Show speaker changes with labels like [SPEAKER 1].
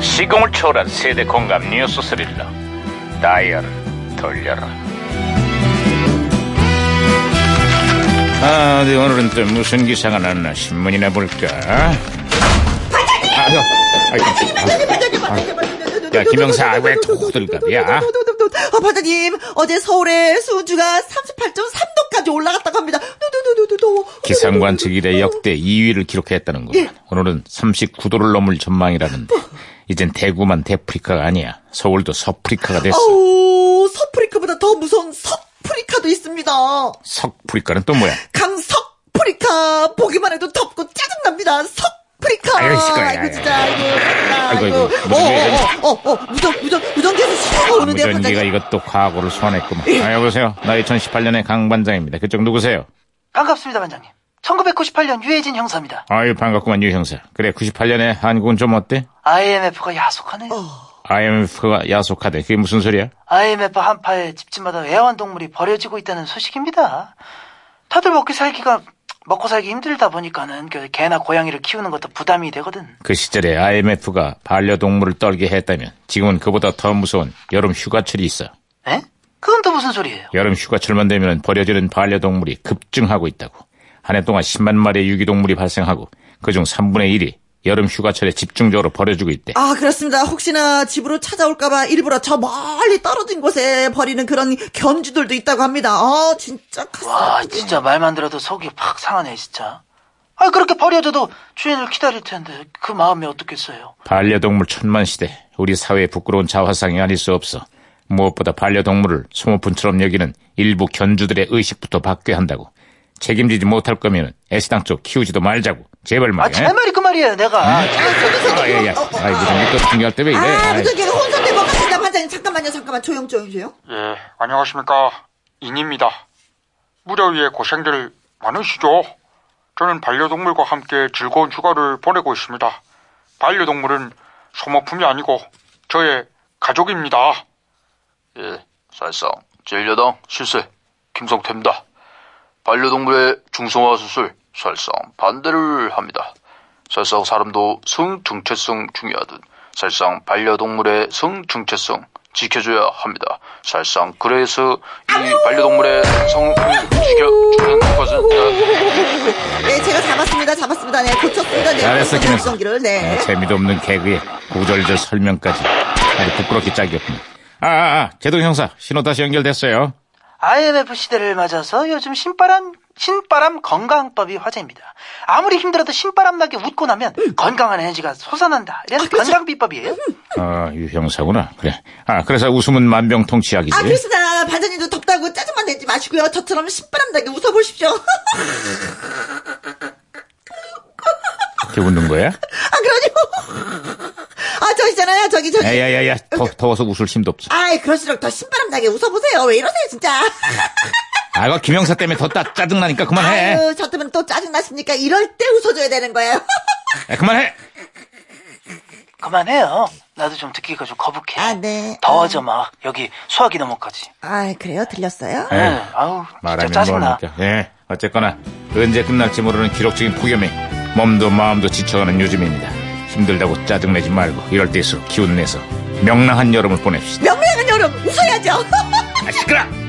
[SPEAKER 1] 시공을 초월한 세대 공감 뉴스 스릴러 다이얼 돌려라 아, 어디 오늘은 또 무슨 기사가 났나 신문이나 볼까 아유, 아유, 야, 김영사, 아, 왜 토들갑이야?
[SPEAKER 2] 아, 반장님, 어제 서울의 수온주가 38.3도까지 올라갔다고 합니다. 두두두두두.
[SPEAKER 1] 기상관 측일에 역대 2위를 기록했다는 거
[SPEAKER 2] 예.
[SPEAKER 1] 오늘은 39도를 넘을 전망이라는데 이젠 대구만 대프리카가 아니야 서울도 서프리카가 됐어
[SPEAKER 2] 아우, 서프리카보다 더 무서운 석프리카도 있습니다.
[SPEAKER 1] 석프리카는 또 뭐야
[SPEAKER 2] 강석프리카. 보기만 해도 덥고 짜증납니다. 석프리카.
[SPEAKER 1] 아유, 시끄러워.
[SPEAKER 2] 아이고, 진짜. 아이고,
[SPEAKER 1] 아이고, 아이고, 무전기
[SPEAKER 2] 어, 어, 어, 어, 어, 무전, 무전, 무전기에서 신호가 오는데요,
[SPEAKER 1] 무전기가
[SPEAKER 2] 반장님.
[SPEAKER 1] 이것도 과거를 소환했구만 아 여보세요 나 2018년의 강반장입니다 그쪽 누구세요
[SPEAKER 3] 반갑습니다, 반장님. 1998년 유해진 형사입니다.
[SPEAKER 1] 아유 반갑구만 유 형사 그래 98년에 한국은 좀 어때?
[SPEAKER 3] IMF가 야속하네요.
[SPEAKER 1] IMF가 야속하대 그게 무슨 소리야?
[SPEAKER 3] IMF 한파에 집집마다 애완동물이 버려지고 있다는 소식입니다. 다들 먹기 살기가 먹고 살기 힘들다 보니까는 그 개나 고양이를 키우는 것도 부담이 되거든.
[SPEAKER 1] 그 시절에 IMF가 반려동물을 떨게 했다면 지금은 그보다 더 무서운 여름 휴가철이 있어
[SPEAKER 3] 에? 그건 또 무슨 소리예요?
[SPEAKER 1] 여름 휴가철만 되면 버려지는 반려동물이 급증하고 있다고. 한 해 동안 10만 마리의 유기동물이 발생하고 그중 3분의 1이 여름 휴가철에 집중적으로 버려지고 있대.
[SPEAKER 2] 아, 그렇습니다. 혹시나 집으로 찾아올까봐 일부러 저 멀리 떨어진 곳에 버리는 그런 견주들도 있다고 합니다. 아, 진짜 컸어요.
[SPEAKER 3] 와, 진짜 말만 들어도 속이 팍 상하네, 진짜. 아, 그렇게 버려져도 주인을 기다릴 텐데 그 마음이 어떻겠어요?
[SPEAKER 1] 반려동물 천만 시대. 우리 사회의 부끄러운 자화상이 아닐 수 없어. 무엇보다 반려동물을 소모품처럼 여기는 일부 견주들의 의식부터 바뀌어야 한다고. 책임지지 못할 거면 애시당초 키우지도 말자고. 제발
[SPEAKER 3] 아,
[SPEAKER 1] 말이야.
[SPEAKER 3] 제 말이 그 말이에요, 내가.
[SPEAKER 1] 아, 야, 야. 아이, 무슨 또 중요할 때 왜 이래.
[SPEAKER 2] 어, 아,
[SPEAKER 1] 네, 아이.
[SPEAKER 2] 무전기가 혼선된 것 같습니다. 반장님, 잠깐만요, 잠깐만. 조용, 조용, 조용.
[SPEAKER 4] 예, 안녕하십니까. 인입니다. 무려 위에 고생들 많으시죠? 저는 반려동물과 함께 즐거운 휴가를 보내고 있습니다. 반려동물은 소모품이 아니고 저의 가족입니다.
[SPEAKER 5] 예, 사실상 제1여당 실세 김성태입니다. 반려동물의 중성화 수술 사실상 반대를 합니다. 사실상 사람도 성 정체성 중요하듯 사실상 반려동물의 성 정체성 지켜줘야 합니다. 사실상 그래서 이 반려동물의 성을 지켜주는 것은
[SPEAKER 2] 네, 제가 잡았습니다, 잡았습니다. 네, 고쳤습니다. 네,
[SPEAKER 1] 잘했어
[SPEAKER 2] 고쳤습니다,
[SPEAKER 1] 김현수
[SPEAKER 2] 무전기를, 네.
[SPEAKER 1] 아, 재미도 없는 개그에 구절절 설명까지 아주 부끄럽게 짝이었군요 아아 아, 제동 형사 신호 다시 연결됐어요
[SPEAKER 3] IMF 시대를 맞아서 요즘 신바람, 신바람 건강법이 화제입니다. 아무리 힘들어도 신바람 나게 웃고 나면 건강한 에너지가 솟아난다. 이런 건강 비법이에요.
[SPEAKER 1] 아 유 형사구나 그래 아 그래서 웃음은 만병통치약이지
[SPEAKER 2] 아, 그렇습니다. 반장님도 덥다고 짜증만 내지 마시고요. 저처럼 신바람 나게 웃어보십시오. 아,
[SPEAKER 1] 이렇게 웃는 거야?
[SPEAKER 2] 그러죠. 아, 저 있잖아요, 저기, 저기.
[SPEAKER 1] 야야야야 더, 더워서 웃을 힘도 없어
[SPEAKER 2] 아이, 그럴수록 더 신바람 나게 웃어보세요. 왜 이러세요, 진짜.
[SPEAKER 1] 아 이거 김 형사 때문에 더 따, 짜증나니까 그만해
[SPEAKER 2] 아유, 저 때문에 또 짜증나십니까? 이럴 때 웃어줘야 되는 거예요.
[SPEAKER 1] 야, 그만해
[SPEAKER 3] 그만해요. 나도 좀 듣기가 좀 거북해.
[SPEAKER 2] 아, 네.
[SPEAKER 3] 더워져 막 여기 소화기 넘어까지.
[SPEAKER 2] 아, 그래요? 들렸어요?
[SPEAKER 1] 에이,
[SPEAKER 3] 예, 아우 진짜
[SPEAKER 1] 네. 말하면
[SPEAKER 3] 짜증나.
[SPEAKER 1] 뭐합니까 예 어쨌거나 언제 끝날지 모르는 기록적인 폭염에 몸도 마음도 지쳐가는 요즘입니다 힘들다고 짜증내지 말고 이럴 때일수록 기운 내서 명랑한 여름을 보냅시다
[SPEAKER 2] 명랑한 여름 웃어야죠.
[SPEAKER 1] 아, 시끄러